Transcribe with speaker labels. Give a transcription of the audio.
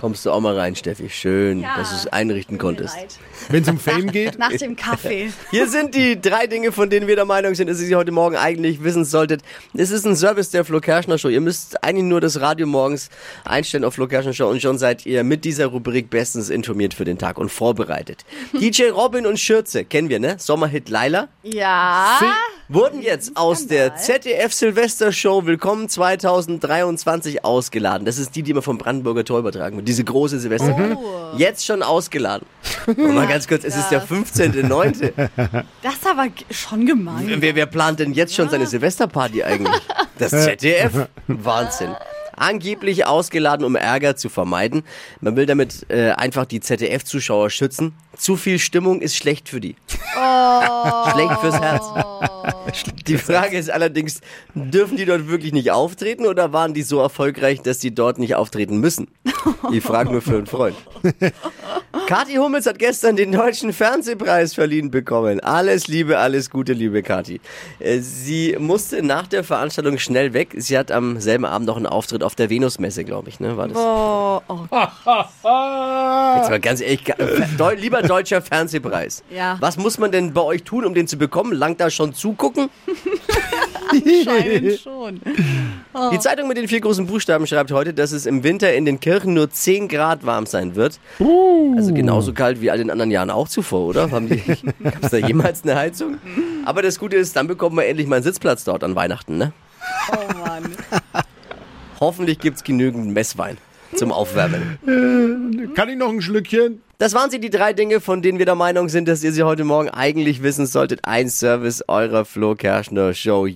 Speaker 1: Kommst du auch mal rein, Steffi? Schön, dass du es einrichten konntest.
Speaker 2: Wenn es um Fame geht,
Speaker 3: Nach dem Kaffee.
Speaker 1: Hier sind die drei Dinge, von denen wir der Meinung sind, dass ihr sie heute Morgen eigentlich wissen solltet. Es ist ein Service der Flo Kerschner Show. Ihr müsst eigentlich nur das Radio morgens einstellen auf Flo Kerschner Show und schon seid ihr mit dieser Rubrik bestens informiert für den Tag und vorbereitet. DJ Robin und Schürze, kennen wir, ne? Sommerhit Laila.
Speaker 3: Ja.
Speaker 1: Wurden jetzt aus der ZDF Silvester Show Willkommen 2023 ausgeladen. Das ist die, die immer vom Brandenburger Tor übertragen wird. Diese große Silvester. Mhm. Jetzt schon ausgeladen. Und mal ganz kurz, es ist der 15.9.
Speaker 3: Das ist aber g- schon gemein.
Speaker 1: Wer, wer plant denn jetzt schon seine Silvesterparty eigentlich? Das ZDF? Wahnsinn. Angeblich ausgeladen, um Ärger zu vermeiden. Man will damit äh, einfach die ZDF-Zuschauer schützen. Zu viel Stimmung ist schlecht für die. Schlecht fürs Herz. Die Frage ist allerdings, dürfen die dort wirklich nicht auftreten oder waren die so erfolgreich, dass die dort nicht auftreten müssen? Ich frage nur für einen Freund. Kathi Hummels hat gestern den deutschen Fernsehpreis verliehen bekommen. Alles Liebe, alles Gute, liebe Kathi. Äh, Sie musste nach der Veranstaltung schnell weg. Sie hat am selben Abend noch einen Auftritt auf der Venusmesse, glaube ich, ne? War das?
Speaker 3: Oh, oh.
Speaker 1: Jetzt mal ganz ehrlich, ga- Deu lieber deutscher Fernsehpreis.
Speaker 3: Ja.
Speaker 1: Was muss man denn bei euch tun, um den zu bekommen? Langt da schon zugucken?
Speaker 3: Scheinen schon.
Speaker 1: Die Zeitung mit den vier großen Buchstaben schreibt heute, dass es im Winter in den Kirchen nur 10 Grad warm sein wird. Also genauso kalt wie all den anderen Jahren auch zuvor, oder? Haben die, gab's da jemals eine Heizung? Aber das Gute ist, dann bekommen wir endlich mal einen Sitzplatz dort an Weihnachten, ne?
Speaker 3: Oh Mann.
Speaker 1: Hoffentlich gibt's genügend Messwein zum Aufwärmen.
Speaker 2: kann ich noch ein Schlückchen?
Speaker 1: Das waren sie, die drei Dinge, von denen wir der Meinung sind, dass ihr sie heute Morgen eigentlich wissen solltet. Ein Service eurer Flo Kerschner Show.